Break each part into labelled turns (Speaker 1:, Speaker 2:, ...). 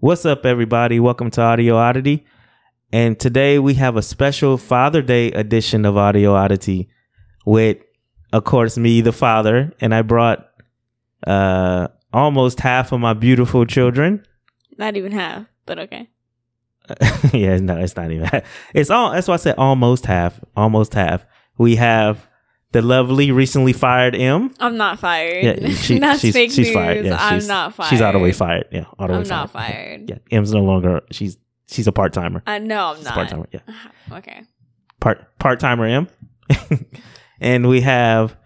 Speaker 1: What's up, everybody? Welcome to Audio Oddity. And today we have a special Father Day edition of Audio Oddity with, of course, me, the father. And I brought uh, almost half of my beautiful children.
Speaker 2: Not even half, but okay.
Speaker 1: yeah, no, it's not even. It's all. That's why I said almost half. Almost half. We have the lovely, recently fired M.
Speaker 2: I'm not fired.
Speaker 1: Yeah, she,
Speaker 2: That's
Speaker 1: she's,
Speaker 2: fake
Speaker 1: she's
Speaker 2: news.
Speaker 1: fired. Yeah,
Speaker 2: I'm
Speaker 1: she's,
Speaker 2: not fired.
Speaker 1: She's all the way fired. Yeah, all the way
Speaker 2: I'm not
Speaker 1: fired.
Speaker 2: fired.
Speaker 1: Yeah, M's no longer. She's she's a part timer.
Speaker 2: I know I'm
Speaker 1: She's part
Speaker 2: not.
Speaker 1: timer. Yeah,
Speaker 2: Okay.
Speaker 1: part part timer M. and we have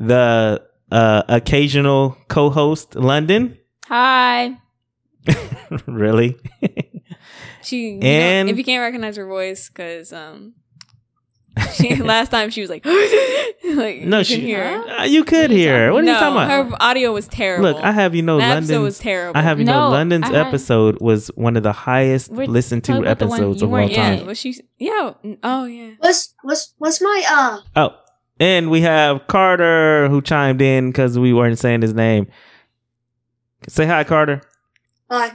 Speaker 1: the uh, occasional co-host London.
Speaker 2: Hi.
Speaker 1: really?
Speaker 2: She. You
Speaker 1: And-
Speaker 2: know, if you can't recognize her voice, because um, she last time she was like, like
Speaker 1: no,
Speaker 2: you
Speaker 1: she.
Speaker 2: can hear. her.
Speaker 1: Uh, you could hear. her. What are
Speaker 2: no,
Speaker 1: you talking about?
Speaker 2: Her audio was terrible.
Speaker 1: Look, I have you know
Speaker 2: that episode
Speaker 1: London.
Speaker 2: was terrible.
Speaker 1: I have you know
Speaker 3: No,
Speaker 1: London's
Speaker 3: I had-
Speaker 1: episode was one of the highest
Speaker 3: We're
Speaker 1: listened
Speaker 3: talking
Speaker 1: to
Speaker 3: about the one
Speaker 1: episodes
Speaker 3: you
Speaker 1: of
Speaker 3: weren't
Speaker 1: all
Speaker 3: in.
Speaker 2: yeah,
Speaker 1: time.
Speaker 2: was she? Yeah. Oh yeah.
Speaker 4: What's what's what's my uh?
Speaker 1: Oh, and we have Carter who chimed in because we weren't saying his name. Say hi, Carter.
Speaker 4: Uh,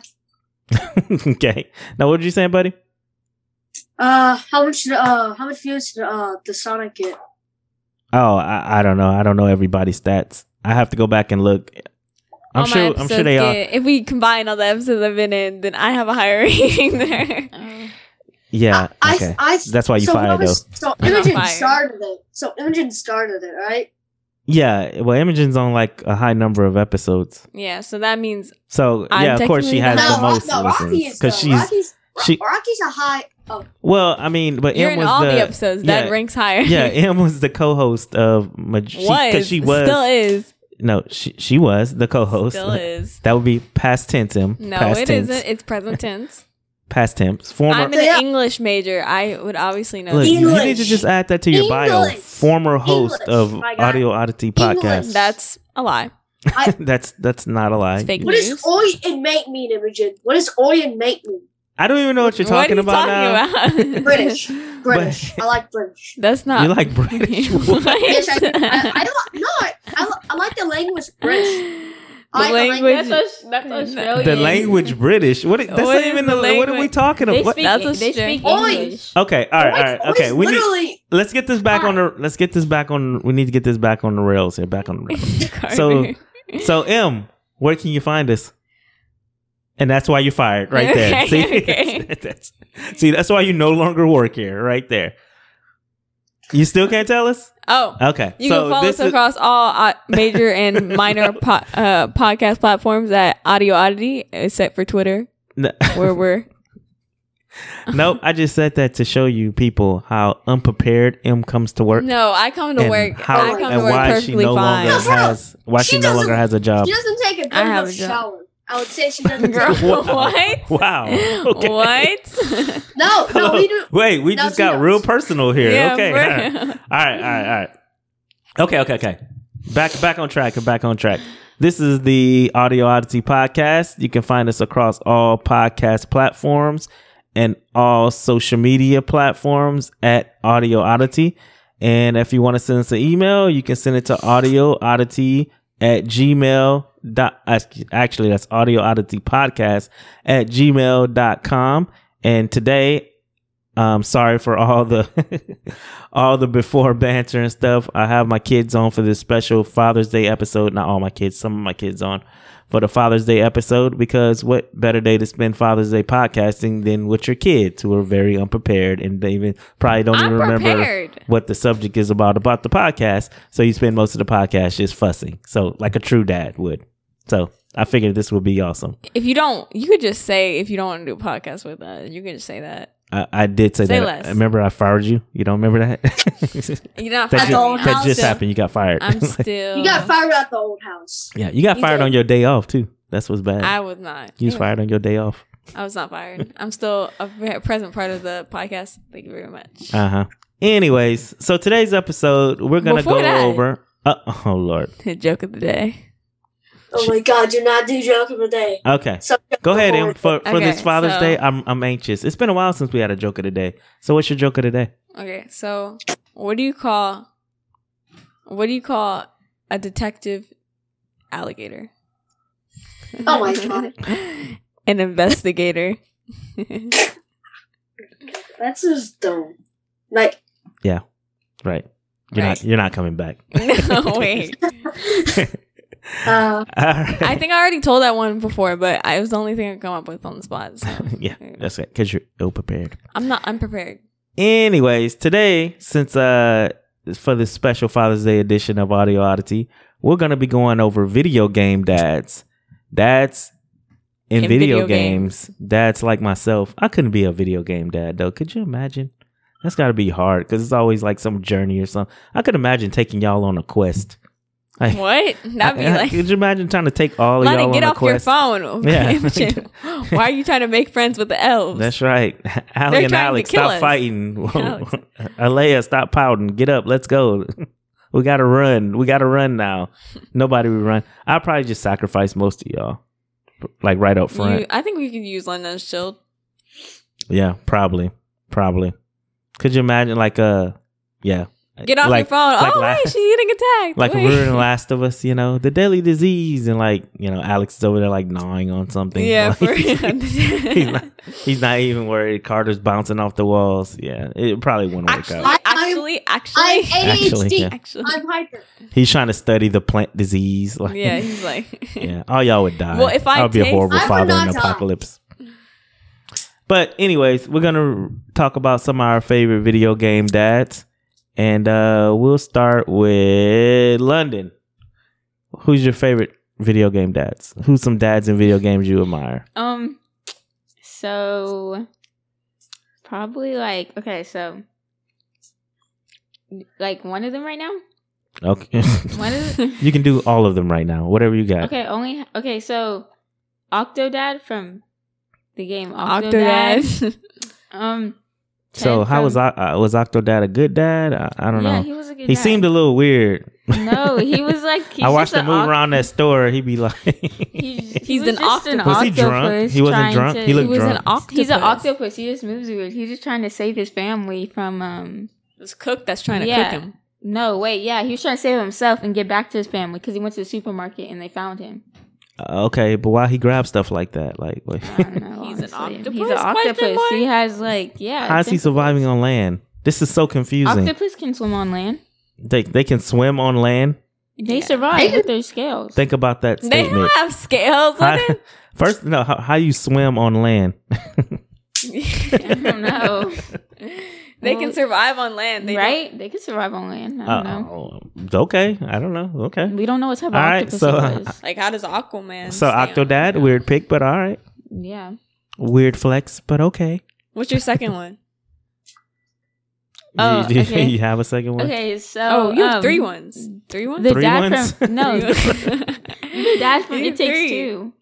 Speaker 1: okay. Now, what did you say, buddy?
Speaker 4: uh, how much uh how much views did uh the Sonic get?
Speaker 1: Oh, I, I don't know. I don't know everybody's stats. I have to go back and look. I'm
Speaker 2: All my
Speaker 1: sure. I'm sure
Speaker 2: episodes
Speaker 1: they are.
Speaker 2: get- If we combine all the episodes I've been in, then I have a higher rating there.
Speaker 3: Uh,
Speaker 1: Yeah.
Speaker 4: I,
Speaker 1: okay.
Speaker 4: I, I
Speaker 1: That's why you
Speaker 4: so
Speaker 1: fired
Speaker 4: what
Speaker 1: though.
Speaker 4: was- So
Speaker 2: I'm
Speaker 4: Imogen
Speaker 2: fired.
Speaker 4: started it. So Imogen started it, right?
Speaker 1: Yeah. Well, Imogen's on like a high number of episodes,
Speaker 2: Yeah, so that means
Speaker 1: so
Speaker 2: I'm
Speaker 1: yeah. Of course, she
Speaker 2: technically
Speaker 1: has
Speaker 2: not-
Speaker 1: the
Speaker 4: Ro-
Speaker 1: most
Speaker 4: Rocky
Speaker 1: listens
Speaker 4: is though.
Speaker 1: because she's
Speaker 4: Rocky's, Ro-
Speaker 1: she-
Speaker 4: Rocky's a high. Oh,
Speaker 1: well. I mean, but
Speaker 2: you're
Speaker 1: M
Speaker 2: in
Speaker 1: was
Speaker 2: all the,
Speaker 1: the
Speaker 2: episodes.
Speaker 1: yeah.
Speaker 2: that ranks higher.
Speaker 1: yeah. Em was the co-host of
Speaker 2: was
Speaker 1: because she, was
Speaker 2: still is
Speaker 1: no she she was the co-host.
Speaker 2: still is.
Speaker 1: That would be past tense, Em.
Speaker 2: No,
Speaker 1: past
Speaker 2: it
Speaker 1: tense.
Speaker 2: not It's present tense.
Speaker 1: Past tense. Former.
Speaker 2: I'm an
Speaker 4: Yeah.
Speaker 2: English major. I would obviously know.
Speaker 1: Look,
Speaker 2: that.
Speaker 1: you
Speaker 4: English.
Speaker 1: need to just add that to your bio.
Speaker 4: English.
Speaker 1: Former host
Speaker 4: English.
Speaker 1: of
Speaker 4: My God.
Speaker 1: Audio Oddity podcast.
Speaker 4: English.
Speaker 2: That's a lie.
Speaker 1: that's that's not a lie.
Speaker 2: It's fake
Speaker 4: what
Speaker 2: news.
Speaker 4: does oi and mate mean, Imogen? What does oi and mate mean?
Speaker 1: I don't even know what you're
Speaker 2: what
Speaker 1: talking
Speaker 2: are you
Speaker 1: about now.
Speaker 2: talking about?
Speaker 4: British. British. I like British.
Speaker 2: That's not.
Speaker 1: You like British?
Speaker 2: What?
Speaker 4: Yes, I, I, I don't no. I, I, li- I like the language British.
Speaker 2: The
Speaker 4: I like-
Speaker 2: language.
Speaker 3: That's, Aus- that's Australian.
Speaker 1: the language British. What? i- That's
Speaker 2: What
Speaker 1: not
Speaker 2: is
Speaker 1: even
Speaker 2: the
Speaker 1: the. What are we
Speaker 2: language?
Speaker 1: talking
Speaker 3: They
Speaker 1: about?
Speaker 3: speak,
Speaker 1: What-
Speaker 2: That's
Speaker 3: they
Speaker 2: Australian.
Speaker 3: speak
Speaker 4: Oi.
Speaker 3: English.
Speaker 1: Okay. All right. All right.
Speaker 4: Oi-
Speaker 1: Okay.
Speaker 4: oi's
Speaker 1: We need.
Speaker 4: literally.
Speaker 1: Let's get this back on the. Let's get this back on. We need to get this back on the rails here. Back on the rails. So- So M, where can you find us? And that's why you're fired right there.
Speaker 2: Okay,
Speaker 1: See,
Speaker 2: okay.
Speaker 1: That's- that's- see, that's why you no longer work here, right there. You still can't tell us?
Speaker 2: oh,
Speaker 1: Okay.
Speaker 2: You can follow us across all uh, major and minor po- uh, podcast platforms at Audio Oddity, except for Twitter,
Speaker 1: No,
Speaker 2: where we're.
Speaker 1: nope. I just said that to show you people how unprepared M comes to work.
Speaker 2: No, I come to
Speaker 1: and
Speaker 2: work.
Speaker 1: How
Speaker 2: I come to
Speaker 1: and
Speaker 2: work
Speaker 1: why she
Speaker 2: perfectly
Speaker 1: no
Speaker 2: fine.
Speaker 1: longer
Speaker 4: No, for real.
Speaker 1: has why she,
Speaker 4: She
Speaker 1: no longer
Speaker 4: doesn't-
Speaker 1: has a job.
Speaker 4: She doesn't take a good
Speaker 2: I have
Speaker 4: enough
Speaker 2: a job.
Speaker 4: shower. I would say she doesn't.
Speaker 2: Girl,
Speaker 4: take-
Speaker 1: Wow.
Speaker 2: what?
Speaker 1: Wow. Okay.
Speaker 2: What?
Speaker 4: No, no, we do.
Speaker 1: Wait, we
Speaker 4: No,
Speaker 1: just
Speaker 4: she
Speaker 1: got
Speaker 4: knows.
Speaker 1: real personal here.
Speaker 2: Yeah,
Speaker 1: okay.
Speaker 2: for
Speaker 1: all right.
Speaker 2: real.
Speaker 1: All right, all right, all right. Okay, okay, okay. Back back on track and back on track. This is the Audio Oddity podcast. You can find us across all podcast platforms and all social media platforms at Audio Oddity. And if you want to send us an email, you can send it to audio oddity at gmail dot ac- actually that's audio oddity podcast at gmail.com and today um, sorry for all the all the before banter and stuff. I have my kids on for this special Father's Day episode. Not all my kids, some of my kids on for the Father's Day episode because what better day to spend Father's Day podcasting than with your kids who are very unprepared and they even probably don't
Speaker 2: I'm
Speaker 1: even remember
Speaker 2: prepared.
Speaker 1: what the subject is about about the podcast. So you spend most of the podcast just fussing. So like a true dad would. So I figured this would be awesome.
Speaker 2: If you don't, you could just say if you don't want to do a podcast with us, you can just say that.
Speaker 1: I, I did say
Speaker 2: Say
Speaker 1: that.
Speaker 2: less.
Speaker 1: Remember, I fired you. You don't remember that? that
Speaker 2: You're not
Speaker 4: That's
Speaker 1: ju-
Speaker 2: firing me.
Speaker 4: all.
Speaker 1: that
Speaker 2: I'm
Speaker 1: just
Speaker 2: still-
Speaker 1: happened. You got fired.
Speaker 2: I'm
Speaker 1: Like,
Speaker 2: still.
Speaker 4: You got fired at the old house.
Speaker 1: yeah, you got
Speaker 4: You
Speaker 1: fired
Speaker 4: did.
Speaker 1: on your day off too. That's what's bad.
Speaker 2: I was not.
Speaker 1: you was fired on your day off.
Speaker 2: I was not fired. I'm still a pre- present part of the podcast. Thank you very much.
Speaker 1: Uh huh. Anyways, so today's episode we're gonna
Speaker 2: Before
Speaker 1: go
Speaker 2: that-
Speaker 1: over. Uh, oh Lord.
Speaker 2: Joke of the day.
Speaker 4: Oh my god, do not do joke of the day.
Speaker 1: Okay.
Speaker 4: So
Speaker 1: Go ahead, Em. For for
Speaker 2: Okay,
Speaker 1: this Father's
Speaker 2: so-
Speaker 1: Day, I'm I'm anxious. It's been a while since we had a joke of the day. So what's your joke of the day?
Speaker 2: Okay, so what do you call what do you call a detective alligator?
Speaker 4: Oh my God.
Speaker 2: an investigator.
Speaker 4: That's just dumb. Like,
Speaker 1: Right. You're not. You're not coming back.
Speaker 2: no, wait.
Speaker 4: uh,
Speaker 1: All right.
Speaker 2: I think I already told that one before, but I was the only thing I could come up with on the spot. So
Speaker 1: yeah, that's right. Because you're ill prepared.
Speaker 2: I'm not unprepared.
Speaker 1: Anyways, today, since uh for this special Father's Day edition of Audio Oddity, we're gonna be going over video game dads. Dads in,
Speaker 2: In
Speaker 1: video,
Speaker 2: video
Speaker 1: games. Dads like myself. I couldn't be a video game dad though. Could you imagine? That's gotta be hard because it's always like some journey or something. I could imagine taking y'all on a quest. Like-
Speaker 2: What? That'd be
Speaker 1: I- I-
Speaker 2: like,
Speaker 1: could you imagine trying to take all of
Speaker 2: Lonnie,
Speaker 1: y'all
Speaker 2: get
Speaker 1: on a
Speaker 2: off your
Speaker 1: quest?
Speaker 2: phone.
Speaker 1: Yeah.
Speaker 2: Pimpchin. Why are you trying to make friends with the elves?
Speaker 1: That's right. Allie
Speaker 2: They're
Speaker 1: and
Speaker 2: trying to
Speaker 1: Alex,
Speaker 2: kill
Speaker 1: stop
Speaker 2: us.
Speaker 1: fighting.
Speaker 2: Alex.
Speaker 1: Alea, stop pouting. Get up. Let's go. we gotta run. We gotta run now. Nobody would run. I'll probably just sacrifice most of y'all. Like right up front.
Speaker 2: You, I think we could use Lenno's shield.
Speaker 1: yeah, probably. Probably. Could you imagine like uh yeah.
Speaker 2: Get off
Speaker 1: Like-
Speaker 2: your phone.
Speaker 1: like
Speaker 2: oh,
Speaker 1: la-
Speaker 2: wait, she's getting attacked.
Speaker 1: Like
Speaker 2: Wait.
Speaker 1: we were in Last of Us, you know, the deadly disease and like, you know, Alex is over there like gnawing on something.
Speaker 2: Yeah,
Speaker 1: Like-
Speaker 2: for
Speaker 1: he's, not, he's not even worried. Carter's bouncing off the walls. Yeah. It probably wouldn't work out.
Speaker 2: actually,
Speaker 4: I-
Speaker 2: actually,
Speaker 4: I'm
Speaker 2: actually,
Speaker 4: ADHD.
Speaker 1: Actually, yeah.
Speaker 2: actually.
Speaker 4: I'm hyper.
Speaker 1: He's trying to study the plant disease. Like,
Speaker 2: Yeah, he's like,
Speaker 1: yeah. All y'all would die.
Speaker 2: Well, if I
Speaker 1: I'll be a
Speaker 2: taste-
Speaker 1: horrible
Speaker 4: I would
Speaker 1: father in
Speaker 4: not
Speaker 1: an
Speaker 4: die.
Speaker 1: apocalypse. But anyways, we're gonna talk about some of our favorite video game dads, and uh, we'll start with London. Who's your favorite video game dads? Who's some dads in video games you admire?
Speaker 3: Um, so probably like okay, so like one of them right now.
Speaker 1: Okay,
Speaker 3: One of the,
Speaker 1: you can do all of them right now. Whatever you got.
Speaker 3: okay, only okay. So Octodad from the game Octodad.
Speaker 2: Octodad.
Speaker 3: Um,
Speaker 1: So
Speaker 3: Ted
Speaker 1: how
Speaker 3: from-
Speaker 1: was Oc- uh, was Octodad a good dad? I, I don't
Speaker 3: yeah,
Speaker 1: know.
Speaker 3: he was a good.
Speaker 1: he seemed a little weird.
Speaker 3: no, he was like he's
Speaker 1: I watched
Speaker 3: just
Speaker 1: him
Speaker 3: an
Speaker 1: move
Speaker 3: oct-
Speaker 1: around that store. He'd be like,
Speaker 3: He's,
Speaker 2: He's
Speaker 3: he was
Speaker 2: an
Speaker 3: just an
Speaker 2: octopus.
Speaker 1: Was he drunk?
Speaker 3: octopus
Speaker 1: He wasn't
Speaker 3: trying
Speaker 1: drunk?
Speaker 3: to-
Speaker 1: He looked
Speaker 2: he was an
Speaker 1: drunk.
Speaker 2: octopus.
Speaker 3: He's an octopus. He just moves weird. He's just trying to save his family from um
Speaker 2: This cook that's trying to
Speaker 3: Yeah.
Speaker 2: cook him.
Speaker 3: No, wait, yeah, he was trying to save himself and get back to his family because he went to the supermarket and they found him.
Speaker 1: Uh, okay, but why he grab stuff like that? Like, like
Speaker 3: I don't know,
Speaker 2: He's an
Speaker 3: honestly.
Speaker 2: octopus?
Speaker 3: He's an
Speaker 2: Question
Speaker 3: octopus.
Speaker 2: mark?
Speaker 3: He has like yeah.
Speaker 1: how is he
Speaker 3: tentacles.
Speaker 1: surviving on land? This is so confusing.
Speaker 3: Octopus can swim on land.
Speaker 1: they they can swim on land.
Speaker 3: They
Speaker 2: Yeah.
Speaker 3: survive with their scales.
Speaker 1: Think about that
Speaker 2: They
Speaker 1: statement.
Speaker 2: have scales
Speaker 1: How-
Speaker 2: on it.
Speaker 1: first, no, how, how you swim on land?
Speaker 3: I don't know,
Speaker 2: they
Speaker 3: Well,
Speaker 2: can survive on land, they
Speaker 3: right? They could survive on land. I don't know.
Speaker 1: Uh, okay, I don't know. Okay,
Speaker 3: We don't know what type of
Speaker 1: All right,
Speaker 3: octopus
Speaker 1: so,
Speaker 3: it was.
Speaker 1: uh,
Speaker 2: don't- Like, how does Aquaman?
Speaker 1: so
Speaker 2: stay on?
Speaker 1: Octodad, weird pick, but all right,
Speaker 3: yeah,
Speaker 1: weird flex, but okay.
Speaker 2: What's your second one?
Speaker 3: Oh,
Speaker 1: you, you-
Speaker 3: okay.
Speaker 1: you have a second one?
Speaker 3: Okay, so
Speaker 2: Oh, you have
Speaker 3: um,
Speaker 2: three ones. Three ones.
Speaker 3: The
Speaker 1: Three
Speaker 3: dad
Speaker 1: ones?
Speaker 3: from no,
Speaker 2: Three ones.
Speaker 3: the dad from
Speaker 2: You
Speaker 3: It Takes
Speaker 2: three.
Speaker 3: Two.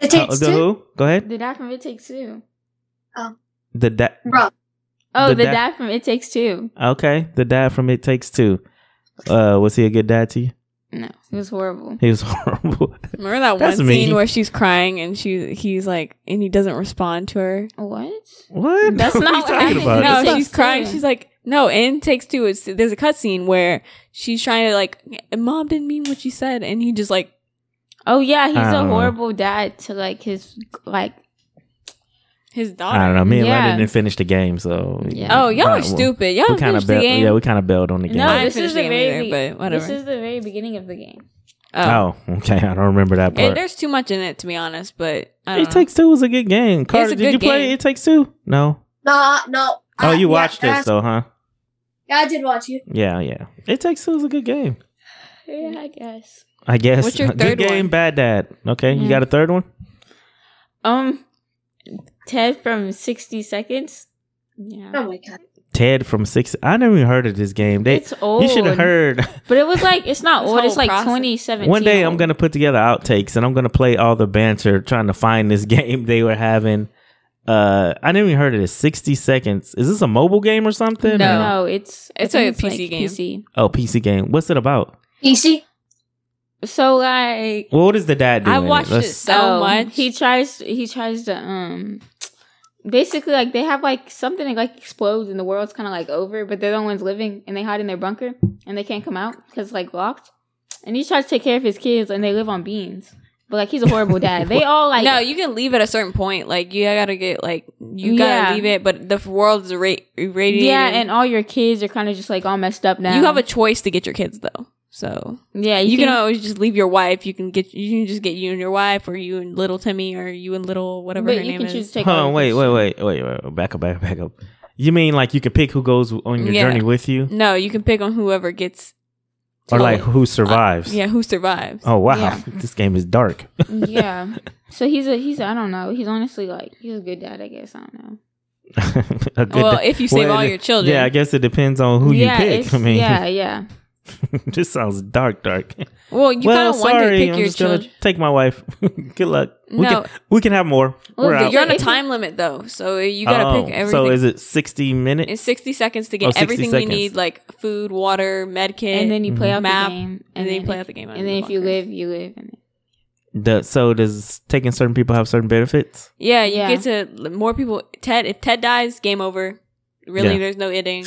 Speaker 4: It
Speaker 1: Uh,
Speaker 4: takes
Speaker 1: the
Speaker 4: two.
Speaker 1: who? Go ahead.
Speaker 3: The dad from It Takes Two.
Speaker 1: The dad.
Speaker 4: Bro,
Speaker 3: Oh,
Speaker 1: The
Speaker 3: the,
Speaker 1: dad-
Speaker 3: dad from It Takes Two.
Speaker 1: Okay, the dad from It Takes Two. Uh, was he a good dad to you?
Speaker 3: No, it was horrible.
Speaker 1: He was horrible.
Speaker 2: Remember that
Speaker 1: That's
Speaker 2: one
Speaker 1: me.
Speaker 2: scene where she's crying and she he's like and he doesn't respond to her.
Speaker 3: What?
Speaker 1: What?
Speaker 3: That's
Speaker 1: What are
Speaker 3: not
Speaker 1: you
Speaker 3: what
Speaker 1: talking
Speaker 3: happened.
Speaker 1: about?
Speaker 2: No,
Speaker 3: It
Speaker 2: she's
Speaker 3: Takes
Speaker 2: crying.
Speaker 3: Two.
Speaker 2: She's like, no. And takes two. It's there's a cutscene where she's trying to like, mom didn't mean what she said, and he just like,
Speaker 3: Oh yeah, he's
Speaker 1: I
Speaker 3: a
Speaker 1: don't know.
Speaker 3: horrible dad to like his like.
Speaker 2: his daughter.
Speaker 1: I don't know. Me and
Speaker 3: Yeah.
Speaker 1: London didn't finish the game, so
Speaker 3: Yeah.
Speaker 2: Oh, y'all
Speaker 1: Uh,
Speaker 2: are
Speaker 1: well,
Speaker 2: stupid. Y'all
Speaker 1: We kind
Speaker 2: finished
Speaker 1: of
Speaker 2: the
Speaker 1: bailed.
Speaker 2: game.
Speaker 1: Yeah, we kind of bailed on the game.
Speaker 3: No,
Speaker 2: I didn't
Speaker 3: this
Speaker 2: finish
Speaker 3: is
Speaker 2: the
Speaker 3: the
Speaker 2: game
Speaker 3: very.
Speaker 2: either, but whatever.
Speaker 3: This is the very beginning of the game.
Speaker 2: oh.
Speaker 1: oh, okay. I don't remember that
Speaker 2: And
Speaker 1: part.
Speaker 2: there's too much in it to be honest, but I don't
Speaker 1: It
Speaker 2: know.
Speaker 1: Takes Two was a good game. Carter,
Speaker 2: a
Speaker 1: did
Speaker 2: good
Speaker 1: you play
Speaker 2: game.
Speaker 1: It Takes Two? No.
Speaker 4: no, no.
Speaker 1: Oh,
Speaker 4: I-
Speaker 1: you
Speaker 4: yeah,
Speaker 1: watched
Speaker 4: I-
Speaker 1: this though, huh?
Speaker 4: Yeah, I did watch you.
Speaker 1: Yeah, yeah. It Takes Two is a good game.
Speaker 3: Yeah, I guess.
Speaker 1: I guess.
Speaker 2: What's your
Speaker 1: good
Speaker 2: third
Speaker 1: game,
Speaker 2: one?
Speaker 1: bad dad. Okay, you
Speaker 3: Yeah.
Speaker 1: got a third one?
Speaker 3: Um, Ted from Sixty Seconds. Yeah,
Speaker 4: Oh my god.
Speaker 1: Ted from Six. I never even heard of this game. They,
Speaker 3: it's old.
Speaker 1: you should have heard.
Speaker 3: But it was like it's not
Speaker 2: This
Speaker 3: old.
Speaker 2: whole
Speaker 3: It's like
Speaker 2: process.
Speaker 3: twenty seventeen.
Speaker 1: One day I'm gonna put together outtakes and I'm gonna play all the banter trying to find this game they were having. Uh, I never even heard of this. 60 seconds. Is this a mobile game or something?
Speaker 3: No,
Speaker 1: Or-
Speaker 3: no it's I
Speaker 2: It's
Speaker 3: think
Speaker 2: a PC game.
Speaker 3: PC.
Speaker 1: Oh, PC game. What's it about?
Speaker 4: Easy.
Speaker 3: So like,
Speaker 1: Well, what is the dad doing?
Speaker 2: I watched it so
Speaker 3: oh,
Speaker 2: much.
Speaker 3: He tries. He tries to um. Basically, like they have like something that like explodes and the world's kind of like over, but they're the ones living and they hide in their bunker and they can't come out because like locked. And he tries to take care of his kids and they live on beans. But like he's a horrible dad. They all like
Speaker 2: no, you can leave at a certain point. Like you gotta get like you gotta
Speaker 3: Yeah.
Speaker 2: leave it, but the f- world's ra- radiating.
Speaker 3: yeah, and all your kids are kind of just like all messed up now.
Speaker 2: you have a choice to get your kids though. So
Speaker 3: yeah.
Speaker 2: you can
Speaker 3: all
Speaker 2: always just leave your wife. You can get you can just get you and your wife, or you and little Timmy, or you and little whatever
Speaker 3: but
Speaker 2: her
Speaker 3: you
Speaker 2: name
Speaker 3: can
Speaker 2: is.
Speaker 3: choose to take.
Speaker 1: Hold
Speaker 3: all
Speaker 1: on,
Speaker 3: your
Speaker 1: wait,
Speaker 3: kids.
Speaker 1: wait, wait, wait, wait, wait. Back up, back up, back up. You mean like you can pick who goes on your
Speaker 2: Yeah.
Speaker 1: journey with you,
Speaker 2: no, you can pick on whoever gets
Speaker 1: or like
Speaker 2: Oh,
Speaker 1: who survives?
Speaker 2: yeah who survives.
Speaker 1: Oh wow,
Speaker 3: Yeah.
Speaker 1: this game is dark.
Speaker 3: yeah. So he's a he's a, I don't know. He's honestly like he's a good dad. I guess I don't know.
Speaker 1: A good
Speaker 2: well,
Speaker 1: de-
Speaker 2: if you save
Speaker 1: well,
Speaker 2: all
Speaker 1: it-
Speaker 2: your children,
Speaker 1: Yeah, I guess it depends on who
Speaker 3: yeah,
Speaker 1: you pick.
Speaker 3: it's-
Speaker 1: I mean,
Speaker 3: yeah, yeah.
Speaker 1: this sounds dark, dark.
Speaker 2: Well, you
Speaker 1: well,
Speaker 2: kind of want to
Speaker 1: sorry,
Speaker 2: pick
Speaker 1: I'm
Speaker 2: your
Speaker 1: just gonna
Speaker 2: children.
Speaker 1: take my wife. good luck. We
Speaker 2: No.
Speaker 1: can, we can have more.
Speaker 3: Well,
Speaker 1: We're
Speaker 3: the-
Speaker 1: out.
Speaker 2: You're on a
Speaker 3: If you-
Speaker 2: time limit though, so you gotta
Speaker 1: Oh,
Speaker 2: pick everything.
Speaker 1: So is it sixty minutes?
Speaker 2: It's 60 seconds to
Speaker 1: Oh,
Speaker 2: get
Speaker 1: 60
Speaker 2: everything
Speaker 1: seconds.
Speaker 2: you need, like food, water, med kit,
Speaker 3: And then you
Speaker 1: Mm-hmm.
Speaker 3: play out
Speaker 2: Map,
Speaker 3: the game,
Speaker 2: and then you play
Speaker 3: if-
Speaker 2: out the game.
Speaker 3: And then if you live, you live. And
Speaker 1: Does- so does taking certain people have certain benefits?
Speaker 2: yeah, you
Speaker 3: Yeah.
Speaker 2: get to l- more people. Ted, if Ted dies, game over. Really,
Speaker 1: Yeah.
Speaker 2: there's no ending.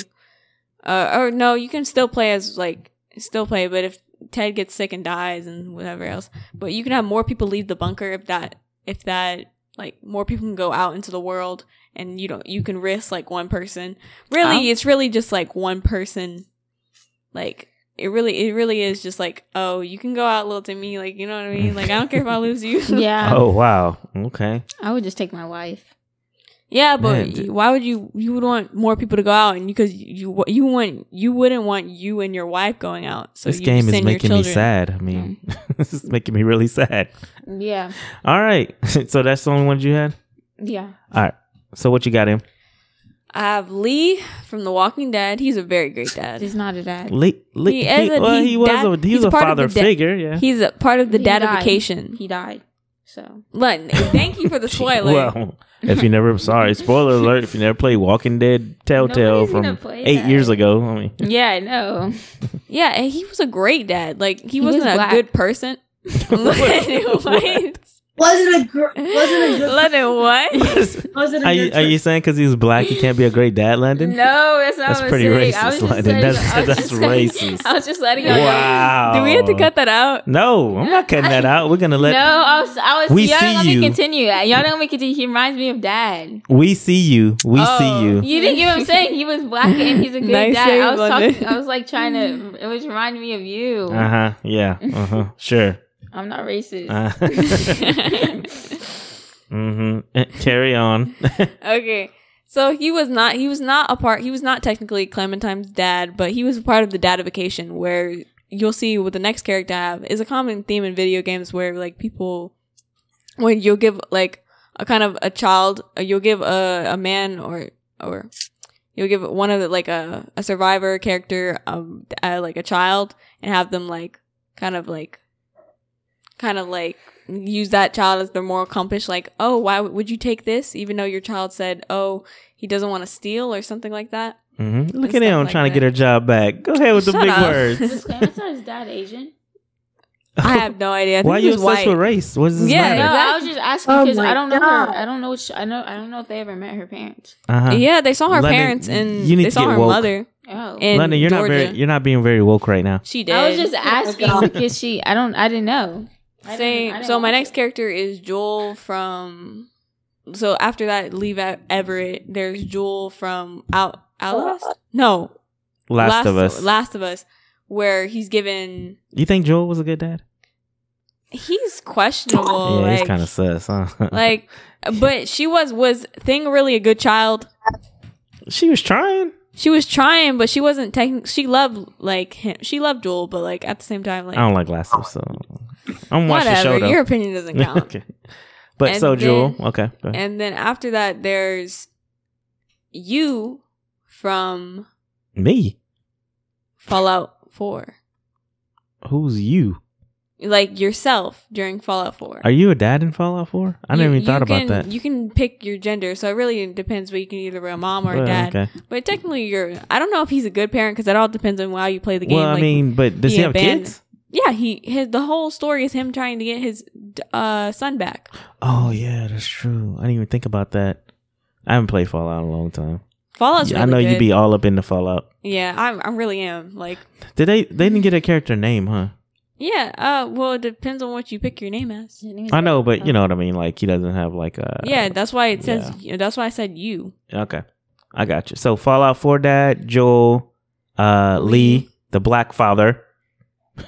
Speaker 2: Uh, or no, you can still play as like still play, but if Ted gets sick and dies and whatever else, but you can have more people leave the bunker if that if that like more people can go out into the world and you don't you can risk like one person. Really, it's really just like one person. Like it really it really is just like oh you can go out little to me like you know what I mean like I don't care if I lose you
Speaker 3: then- yeah,
Speaker 1: oh wow. Okay.
Speaker 3: I would just take my wife.
Speaker 2: Yeah, but
Speaker 1: Man, d-
Speaker 2: why would you? You would want more people to go out, and because you you want you wouldn't want you and your wife going out. So
Speaker 1: this
Speaker 2: you
Speaker 1: game
Speaker 2: send
Speaker 1: is
Speaker 2: your
Speaker 1: making me
Speaker 2: children. Mm.
Speaker 1: sad. I mean, this is making me really sad.
Speaker 3: Yeah,
Speaker 1: All right. so that's the only one you had.
Speaker 3: yeah.
Speaker 1: All right. So what you got him?
Speaker 2: I have Lee from The Walking Dead. He's a very great dad.
Speaker 3: He's not a dad.
Speaker 1: Lee, Lee,
Speaker 2: He is a-
Speaker 1: well,
Speaker 2: he's
Speaker 1: he was
Speaker 2: dad-
Speaker 1: a, he
Speaker 2: he's
Speaker 1: was
Speaker 2: a
Speaker 1: a
Speaker 2: part of
Speaker 1: father
Speaker 2: the da-
Speaker 1: figure. Yeah.
Speaker 2: He's a part of the
Speaker 3: He died.
Speaker 2: dadification.
Speaker 3: He died. So
Speaker 2: Look, thank you for the spoiler.
Speaker 1: Well, if you never sorry, spoiler alert. If you never played Walking Dead Telltale
Speaker 3: Nobody's gonna
Speaker 1: from
Speaker 3: play
Speaker 1: eight
Speaker 3: that.
Speaker 1: years ago, I mean,
Speaker 3: yeah, I know.
Speaker 2: yeah, and he was a great dad. Like he,
Speaker 3: was
Speaker 2: wasn't a
Speaker 3: black.
Speaker 2: good person. Lennon
Speaker 4: Wasn't a gr- wasn't a good.
Speaker 2: what?
Speaker 4: wasn't a
Speaker 1: are you,
Speaker 4: good
Speaker 1: are you saying because he was black, he can't be a great dad, Landon?
Speaker 3: No, that's not
Speaker 1: That's
Speaker 3: what I'm
Speaker 1: pretty
Speaker 3: saying.
Speaker 1: racist,
Speaker 3: I was just
Speaker 1: Landon.
Speaker 3: letting-
Speaker 1: That's-
Speaker 3: I was
Speaker 1: that's
Speaker 3: just letting-
Speaker 1: racist.
Speaker 3: I was just letting you
Speaker 1: Wow.
Speaker 2: Do we have to cut that out?
Speaker 1: No, I'm not cutting that out. We're gonna let
Speaker 3: No, I was. I was.
Speaker 1: We
Speaker 3: y'all
Speaker 1: see
Speaker 3: don't let
Speaker 1: you.
Speaker 3: me continue. Y'all don't let me continue. He reminds me of dad.
Speaker 1: we see you. We
Speaker 2: Oh.
Speaker 1: see you.
Speaker 3: You didn't get what I'm saying. He was black and he's a good
Speaker 2: Nice
Speaker 3: dad.
Speaker 2: save,
Speaker 3: I was
Speaker 2: London.
Speaker 3: talking. I was like trying to. It was reminding me of you.
Speaker 1: Uh huh. Yeah. Uh huh. Sure.
Speaker 3: I'm not racist.
Speaker 1: Uh, mm-hmm. Carry on.
Speaker 2: Okay. So he was not he was not a part he was not technically Clementine's dad, but he was a part of the dadification where you'll see with the next character I have is a common theme in video games where like people when you'll give like a kind of a child uh, you'll give a, a man or or you'll give one of the like a, a survivor character um uh, like a child and have them like kind of like kind of like use that child as their moral compass like oh why w- would you take this even though your child said oh he doesn't want to steal or something like that
Speaker 1: hmm Look at
Speaker 2: stuff
Speaker 1: him
Speaker 2: like
Speaker 1: trying to get
Speaker 2: that.
Speaker 1: her job back. Go ahead with the
Speaker 2: Shut
Speaker 1: big
Speaker 2: up.
Speaker 1: words.
Speaker 3: Was Clemence's dad Asian?
Speaker 2: i have no idea I think
Speaker 1: Why are
Speaker 2: he
Speaker 1: you
Speaker 2: was
Speaker 1: obsessed
Speaker 2: white
Speaker 1: with race? What does this
Speaker 2: Yeah,
Speaker 3: No,
Speaker 1: matter?
Speaker 3: I was just asking
Speaker 4: Oh
Speaker 3: because
Speaker 4: my
Speaker 3: I don't know
Speaker 4: God.
Speaker 3: her. I don't know. What she, I know. I don't know if they ever met her parents.
Speaker 1: Uh-huh.
Speaker 2: yeah they saw her
Speaker 1: London,
Speaker 2: parents and
Speaker 1: you need
Speaker 2: they
Speaker 1: to
Speaker 2: saw
Speaker 1: get
Speaker 2: her
Speaker 1: woke.
Speaker 2: mother
Speaker 3: Oh,
Speaker 2: and
Speaker 1: London, you're not very
Speaker 2: Georgia.
Speaker 1: you're not being very woke right now.
Speaker 2: she did
Speaker 3: I was just asking
Speaker 4: God.
Speaker 3: because she. I don't. I didn't know.
Speaker 2: Same.
Speaker 3: I didn't- I didn't
Speaker 2: so my
Speaker 3: watch
Speaker 2: next
Speaker 3: it.
Speaker 2: character is Joel from. So after that, leave out Everett. There's Joel from Out Outlast. No,
Speaker 1: Last, of Us.
Speaker 2: Last of Us, where he's given.
Speaker 1: you think Joel was a good dad?
Speaker 2: He's questionable.
Speaker 1: yeah,
Speaker 2: Oh, like,
Speaker 1: he's kind of sus. Huh?
Speaker 2: like, but she was was thing really a good child.
Speaker 1: she was trying.
Speaker 2: She was trying, but she wasn't taking. She loved like him. She loved Joel, but like at the same time, like
Speaker 1: I don't like Last of Us, so I'm watching the
Speaker 2: whatever.
Speaker 1: show though.
Speaker 2: Your opinion doesn't count.
Speaker 1: okay. But
Speaker 2: And
Speaker 1: so Joel,
Speaker 2: then-
Speaker 1: okay. go ahead.
Speaker 2: And then after that, there's you from
Speaker 1: Me?
Speaker 2: Fallout 4.
Speaker 1: Who's you?
Speaker 2: Like yourself during Fallout 4.
Speaker 1: Are you a dad in Fallout 4? I never
Speaker 2: You-
Speaker 1: even thought
Speaker 2: you
Speaker 1: about
Speaker 2: can-
Speaker 1: that.
Speaker 2: You can pick your gender, so it really depends. But you can either be a mom or
Speaker 1: Well,
Speaker 2: a dad.
Speaker 1: Okay.
Speaker 2: But technically, you're. I don't know if he's a good parent because it all depends on how you play the game.
Speaker 1: well, I
Speaker 2: like,
Speaker 1: mean, but does
Speaker 2: he
Speaker 1: he, have
Speaker 2: abandoned-
Speaker 1: kids?
Speaker 2: yeah, he his the whole story is him trying to get his d- uh, son back.
Speaker 1: Oh yeah, that's true. I didn't even think about that. I haven't played Fallout in a long time.
Speaker 2: Fallout's
Speaker 1: Yeah,
Speaker 2: really
Speaker 1: I know
Speaker 2: good.
Speaker 1: you be all up in the Fallout.
Speaker 2: Yeah, I I really am. Like
Speaker 1: Did they? They didn't get a character name, huh?
Speaker 2: Yeah. Uh. Well, it depends on what you pick your name as.
Speaker 1: I know, but you know what I mean. Like he doesn't have like a
Speaker 2: Yeah. That's why it says. That's why I said you.
Speaker 1: Okay, I got you. So Fallout Four Dad Joel uh, Lee, the Black Father.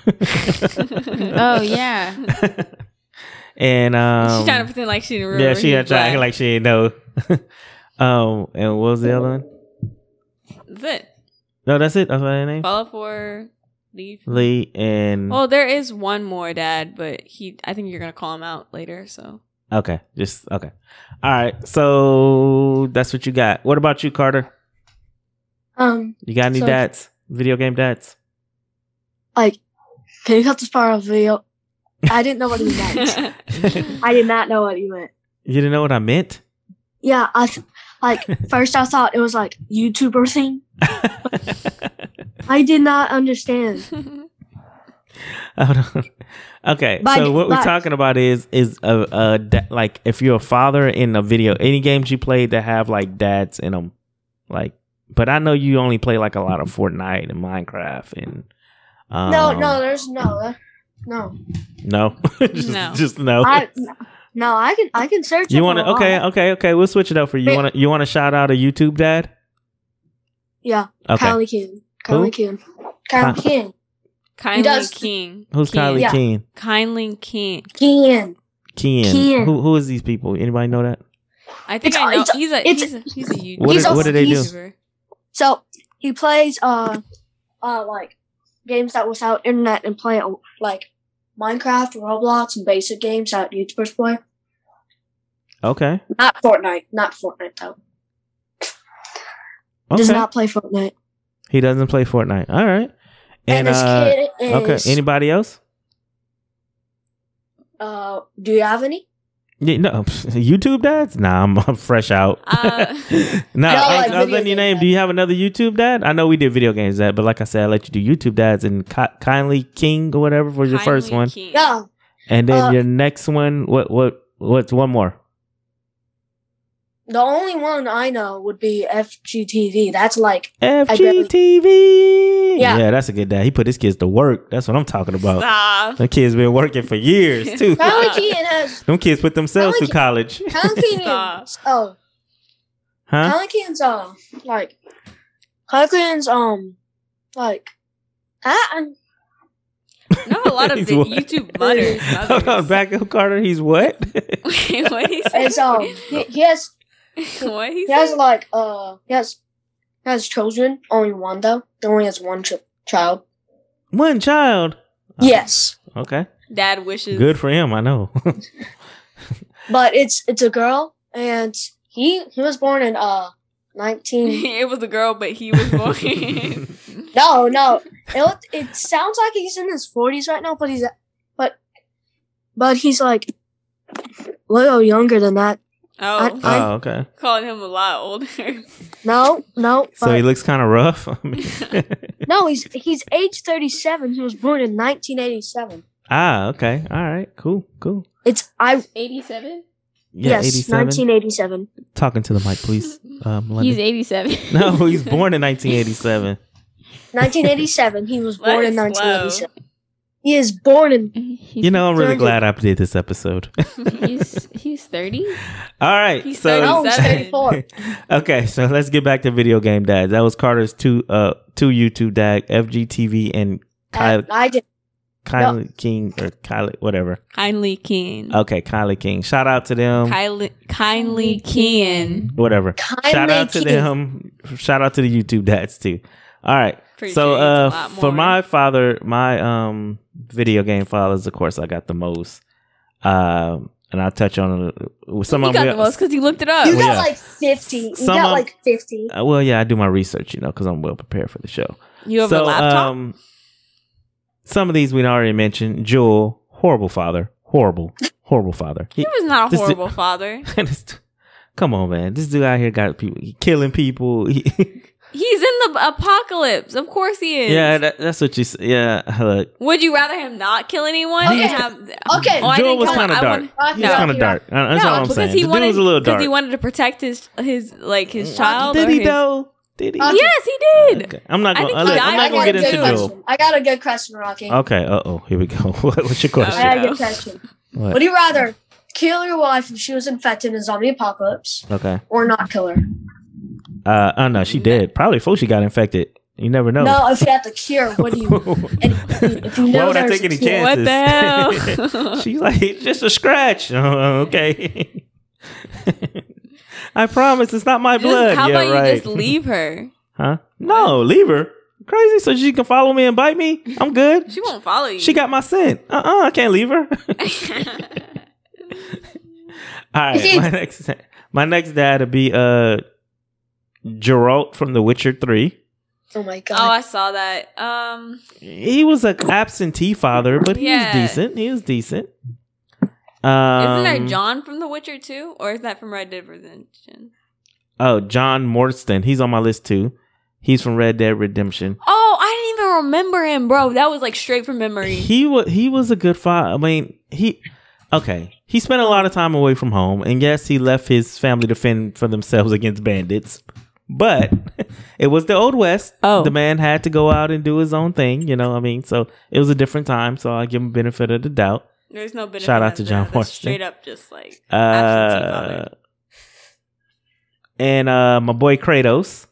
Speaker 3: Oh yeah.
Speaker 1: and um,
Speaker 2: She's trying to pretend like she didn't remember.
Speaker 1: yeah, she had to act like she didn't know. um, and what was the other one?
Speaker 2: That's it.
Speaker 1: No, that's it. That's my name.
Speaker 2: Follow for leave.
Speaker 1: Lee and
Speaker 2: Well, there is one more dad, but he. I think you're gonna call him out later. So
Speaker 1: okay, just okay. All right, so that's what you got. What about you, Carter?
Speaker 4: Um,
Speaker 1: You got any
Speaker 4: So-
Speaker 1: dads? Video game dads?
Speaker 4: can you cut this part off video? I didn't know what he meant.
Speaker 1: you
Speaker 4: I did not know what he meant.
Speaker 1: didn't know what I meant.
Speaker 4: Yeah, I th- like first I thought it was like YouTuber thing. I did not understand.
Speaker 1: Hold on. Okay,
Speaker 4: But-
Speaker 1: so what we're
Speaker 4: but-
Speaker 1: talking about is is a, a da- like if you're a father in a video, any games you play that have like dads in them, like. But I know you only play like a lot of Fortnite and Minecraft and. Um,
Speaker 4: no, no, there's no, uh, no.
Speaker 1: no, just,
Speaker 2: No.
Speaker 1: just no.
Speaker 4: I no, I can I can search.
Speaker 1: you
Speaker 4: up
Speaker 1: want
Speaker 4: on
Speaker 1: to?
Speaker 4: a lot.
Speaker 1: Okay, okay, okay. We'll switch it up for you.
Speaker 4: Wait.
Speaker 1: Want to? You want to shout out a YouTube dad?
Speaker 4: Yeah,
Speaker 1: uh, Okay,
Speaker 4: Kylie King. Kylie
Speaker 1: Who?
Speaker 4: King. Kylie
Speaker 1: Ki-
Speaker 4: King.
Speaker 2: kindly
Speaker 4: does-
Speaker 2: King.
Speaker 1: who's
Speaker 2: King.
Speaker 1: Kylie
Speaker 4: Yeah.
Speaker 1: Keen?
Speaker 2: Kindly King.
Speaker 4: Ken.
Speaker 1: Keen.
Speaker 4: Keen.
Speaker 1: Who? Who is these people? Anybody know that?
Speaker 2: I think
Speaker 4: It's-
Speaker 2: I know.
Speaker 4: it's-
Speaker 2: he's a.
Speaker 4: it's-
Speaker 2: He's a. He's a YouTuber.
Speaker 1: What
Speaker 4: He's do- a- what do they do?
Speaker 2: YouTuber.
Speaker 4: So he plays uh uh like games that without internet and play it, like Minecraft, Roblox, and basic games that YouTubers play.
Speaker 1: Okay.
Speaker 4: Not Fortnite. Not Fortnite though.
Speaker 1: Okay.
Speaker 4: Does not play Fortnite.
Speaker 1: he doesn't play Fortnite. All right. And,
Speaker 4: And, this
Speaker 1: uh,
Speaker 4: kid is.
Speaker 1: okay. Anybody else?
Speaker 4: uh, do you have any?
Speaker 1: Yeah, no, YouTube dads? Nah, I'm, I'm fresh out.
Speaker 2: Uh,
Speaker 1: nah,
Speaker 4: I don't
Speaker 1: I was,
Speaker 4: like
Speaker 1: I was
Speaker 4: video
Speaker 1: letting you
Speaker 4: game
Speaker 1: name.
Speaker 4: dads.
Speaker 1: Do you have another YouTube dad? I know we did video games dad, but like I said, I let you do YouTube dads and ki- kindly King or whatever for your first
Speaker 2: Kindly
Speaker 1: one,
Speaker 2: King.
Speaker 4: No.
Speaker 1: and then
Speaker 4: Uh,
Speaker 1: your next one. What what what's one more?
Speaker 4: The only one I know would be FGTV. That's like
Speaker 1: FGTV.
Speaker 4: Yeah.
Speaker 1: yeah, that's a good dad. He put his kids to work. That's what I'm talking about.
Speaker 2: Stop.
Speaker 1: The kids been working for years too.
Speaker 4: Kylie Keaton has
Speaker 1: Them kids put themselves through
Speaker 4: Kylie-
Speaker 1: college,
Speaker 4: Kylie
Speaker 2: Stop.
Speaker 4: Keaton's oh
Speaker 1: huh?
Speaker 4: Kylie Keaton's uh like Kylie Keaton's um like I, I'm-
Speaker 2: Not a lot of
Speaker 1: He's
Speaker 2: the
Speaker 1: what?
Speaker 2: YouTube mutters.
Speaker 1: Hold on, back up, Carter. He's what?
Speaker 2: Wait, what he say?
Speaker 4: it's um he, he has
Speaker 2: what he
Speaker 4: he has
Speaker 2: say?
Speaker 4: like uh he has he has children only one though he only has one ch- child
Speaker 1: One child.
Speaker 4: yes
Speaker 1: Okay.
Speaker 2: Dad wishes.
Speaker 1: Good for him, I know.
Speaker 4: but it's it's a girl and he he was born in uh 19
Speaker 2: it was a girl, but he was born.
Speaker 4: no no it looked- it sounds like he's in his 40s right now but he's but but he's like a little younger than that
Speaker 2: oh,
Speaker 4: I-
Speaker 1: oh, okay.
Speaker 2: calling him a lot older.
Speaker 4: no no
Speaker 1: So he
Speaker 4: but-
Speaker 1: looks kind of rough. I mean-
Speaker 4: no he's he's age 37 he was born in 1987
Speaker 1: ah, okay. All right. Cool. Cool.
Speaker 4: it's i
Speaker 3: Eighty-seven.
Speaker 1: Yeah,
Speaker 4: yes
Speaker 1: 87.
Speaker 4: 1987
Speaker 1: Talking to the mic, please. Um, London.
Speaker 3: He's eighty-seven.
Speaker 1: no, he's born in 1987.
Speaker 4: 1987 he was
Speaker 2: Let
Speaker 4: born
Speaker 2: it
Speaker 4: in
Speaker 2: flow.
Speaker 4: 1987 he is born in
Speaker 3: He's,
Speaker 1: You know, I'm really
Speaker 4: Thirty.
Speaker 1: glad I did this episode.
Speaker 3: he's he's thirty.
Speaker 1: All right.
Speaker 2: He's
Speaker 1: so,
Speaker 4: no, he's
Speaker 2: 37.
Speaker 4: 34
Speaker 1: okay, so let's get back to video game dads. That was Carter's two uh two YouTube dad, FGTV and Kylie,
Speaker 4: And i did
Speaker 1: Kylie King or Kylie whatever.
Speaker 2: Kindly Keen.
Speaker 1: Okay, Kylie King. Shout out to them.
Speaker 2: Kylie, kindly Keen.
Speaker 1: whatever.
Speaker 4: Kindly
Speaker 1: Shout out to
Speaker 4: Keen.
Speaker 1: them. Shout out to the YouTube dads too. All right.
Speaker 2: Pretty
Speaker 1: so
Speaker 2: sure it's a
Speaker 1: uh
Speaker 2: lot
Speaker 1: for
Speaker 2: more.
Speaker 1: my father, my um video game fathers, of course I got the most. Um and I'll touch on uh, some
Speaker 2: you
Speaker 1: of them.
Speaker 2: got the most because you looked it up.
Speaker 4: you
Speaker 1: Well,
Speaker 4: got
Speaker 1: Oh, yeah.
Speaker 4: like 50 you
Speaker 1: Some
Speaker 4: got
Speaker 1: of-
Speaker 4: like 50
Speaker 1: Uh, well, yeah, I do my research, you know, because I'm well prepared for the show.
Speaker 2: You have a laptop.
Speaker 1: Um, some of these we already mentioned. Jewel, horrible father, horrible, horrible father. He-
Speaker 2: he was not a
Speaker 1: this is-
Speaker 2: horrible father.
Speaker 1: this- come on, man, this dude out here got people he killing people. He-
Speaker 2: He's in the apocalypse. Of course he is.
Speaker 1: yeah, that, that's what you. s- Yeah, look,
Speaker 2: Would you rather him not kill anyone?
Speaker 4: Okay.
Speaker 2: and have-
Speaker 4: Okay.
Speaker 2: Oh, I
Speaker 1: Joel
Speaker 2: didn't
Speaker 1: was
Speaker 2: count-
Speaker 1: kind of
Speaker 2: I
Speaker 1: dark.
Speaker 2: wanted-
Speaker 1: He was
Speaker 2: No.
Speaker 1: kind of dark. Uh, That's all I'm
Speaker 2: because
Speaker 1: saying.
Speaker 2: he
Speaker 1: the
Speaker 2: wanted
Speaker 1: dude was a little
Speaker 2: because
Speaker 1: dark.
Speaker 2: he wanted to protect his his like his child.
Speaker 1: Did
Speaker 2: or
Speaker 1: he
Speaker 2: his-
Speaker 1: though? Did he?
Speaker 4: Uh,
Speaker 2: Yes, he did.
Speaker 1: Okay. I'm not
Speaker 2: I
Speaker 1: going.
Speaker 2: think
Speaker 1: I'm
Speaker 2: he
Speaker 1: not,
Speaker 2: died
Speaker 1: I'm not
Speaker 2: before
Speaker 1: going to get
Speaker 2: too.
Speaker 1: into Joel.
Speaker 4: question. I got a good question, Rocky.
Speaker 1: Okay. Uh oh. Here we go. What's your question?
Speaker 4: I got a
Speaker 2: Yeah.
Speaker 4: good question.
Speaker 1: What?
Speaker 4: Would you rather kill your wife if she was infected in a zombie apocalypse,
Speaker 1: Okay.
Speaker 4: or not kill her?
Speaker 1: Uh. Oh no. She did. Probably before she got infected. You never know.
Speaker 4: No, if you had the cure, what do you? and if you
Speaker 1: Why
Speaker 4: know
Speaker 1: would I
Speaker 4: there's
Speaker 1: take any
Speaker 4: a cure-
Speaker 1: chance?
Speaker 2: What the
Speaker 1: Chances.
Speaker 2: hell?
Speaker 1: She's like, "It's just a scratch. Oh, okay. I promise it's not my
Speaker 2: Just-
Speaker 1: blood.
Speaker 2: how
Speaker 1: yeah,
Speaker 2: about
Speaker 1: right.
Speaker 2: you just leave her?
Speaker 1: Huh? No, leave her. Crazy. So she can follow me and bite me. I'm good.
Speaker 2: She won't follow you.
Speaker 1: She got my scent. Uh uh I can't leave her. All right. My next, my next dad would be uh, Geralt from The Witcher 3.
Speaker 4: Oh my
Speaker 2: oh,
Speaker 4: god!
Speaker 2: I saw that. Um,
Speaker 1: He was an absentee father, but he
Speaker 2: Yeah.
Speaker 1: was decent. He was decent. Um,
Speaker 2: isn't there John from The Witcher too, or is that from Red Dead Redemption?
Speaker 1: Oh, John Morstan. He's on my list too. He's from Red Dead Redemption.
Speaker 2: Oh, I didn't even remember him, bro. That was like straight from memory.
Speaker 1: He was he was a good father. I mean, he okay. He spent a lot of time away from home, and yes, he left his family to fend for themselves against bandits. But it was the old west.
Speaker 2: Oh.
Speaker 1: the man had to go out and do his own thing. You know, what I mean, so it was a different time. So I give him benefit of the doubt.
Speaker 2: There's no benefit.
Speaker 1: Shout out
Speaker 2: of
Speaker 1: to
Speaker 2: the
Speaker 1: John
Speaker 2: doubt. That's
Speaker 1: Marston.
Speaker 2: Straight up, just like Absentee
Speaker 1: Uh,
Speaker 2: father.
Speaker 1: and uh, my boy Kratos,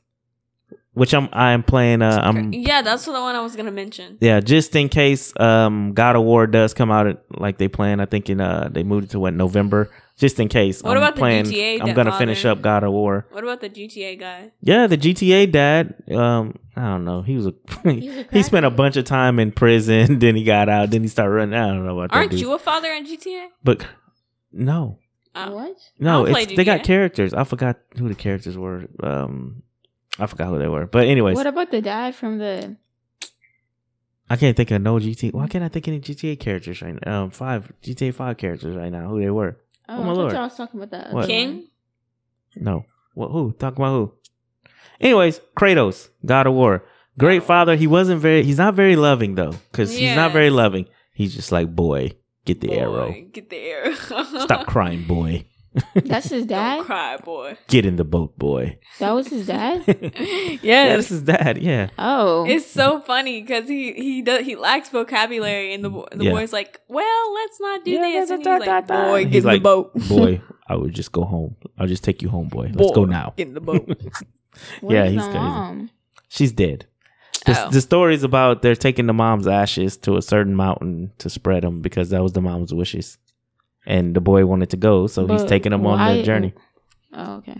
Speaker 1: which I'm I'm playing. Uh, I'm
Speaker 2: yeah, that's the one I was gonna mention.
Speaker 1: Yeah, just in case um God of War does come out at- like they plan. I think in uh they moved it to what November. Just in case.
Speaker 2: What about the GTA
Speaker 1: I'm gonna
Speaker 2: Godfather?
Speaker 1: finish up God of War.
Speaker 2: What about the GTA guy?
Speaker 1: Yeah, the GTA dad. Um, I don't know. He was a he
Speaker 3: crackhead.
Speaker 1: spent a bunch of time in prison. Then he got out. Then he started running. I don't know about
Speaker 2: Aren't
Speaker 1: that dude.
Speaker 2: you a father in GTA?
Speaker 1: But no,
Speaker 2: Oh.
Speaker 3: What?
Speaker 1: no,
Speaker 2: I'll play
Speaker 1: it's, they got
Speaker 2: GTA.
Speaker 1: characters. I forgot who the characters were. Um, I forgot who they were. But anyways,
Speaker 3: What about the dad from the?
Speaker 1: I can't think of no GTA. Why can't I think of any GTA characters right now? Um, five GTA Five characters right now. Who they were?
Speaker 3: Oh,
Speaker 1: Oh, my
Speaker 3: I thought
Speaker 1: lord.
Speaker 3: y'all was talking about that.
Speaker 1: What?
Speaker 2: King?
Speaker 1: No. What? Who? Talk about who? Anyways, Kratos, God of War, great father. He wasn't very. He's not very loving though, because he's not
Speaker 2: Yeah.
Speaker 1: very loving. He's just like, boy, get the arrow.
Speaker 2: Boy, Get the arrow.
Speaker 1: Stop crying, boy.
Speaker 3: That's his
Speaker 2: Don't
Speaker 3: dad.
Speaker 2: cry, boy.
Speaker 1: Get in the boat, boy.
Speaker 3: That was his dad.
Speaker 1: Yeah,
Speaker 2: yes.
Speaker 1: this is that. Yeah.
Speaker 3: Oh,
Speaker 2: It's so funny because he he does he lacks vocabulary and the bo- the
Speaker 1: Yeah.
Speaker 2: boy's like, well, let's not do
Speaker 1: Yeah,
Speaker 2: this.
Speaker 1: da,
Speaker 2: And he's
Speaker 1: da, da,
Speaker 2: like,
Speaker 1: da.
Speaker 2: boy,
Speaker 1: He's
Speaker 2: get in the
Speaker 1: like,
Speaker 2: boat.
Speaker 1: Boy, I would just go home. I'll just take you home, boy. Let's go
Speaker 2: Boy,
Speaker 1: now.
Speaker 2: Get in the boat.
Speaker 1: yeah,
Speaker 3: Where's
Speaker 1: he's
Speaker 3: the
Speaker 1: crazy.
Speaker 3: mom?
Speaker 1: She's dead. The,
Speaker 2: Oh.
Speaker 1: the story is about they're taking the mom's ashes to a certain mountain to spread them because that was the mom's wishes, and the boy wanted to go, so he's
Speaker 3: But
Speaker 1: taking him on
Speaker 3: why-
Speaker 1: the journey.
Speaker 3: Oh, okay.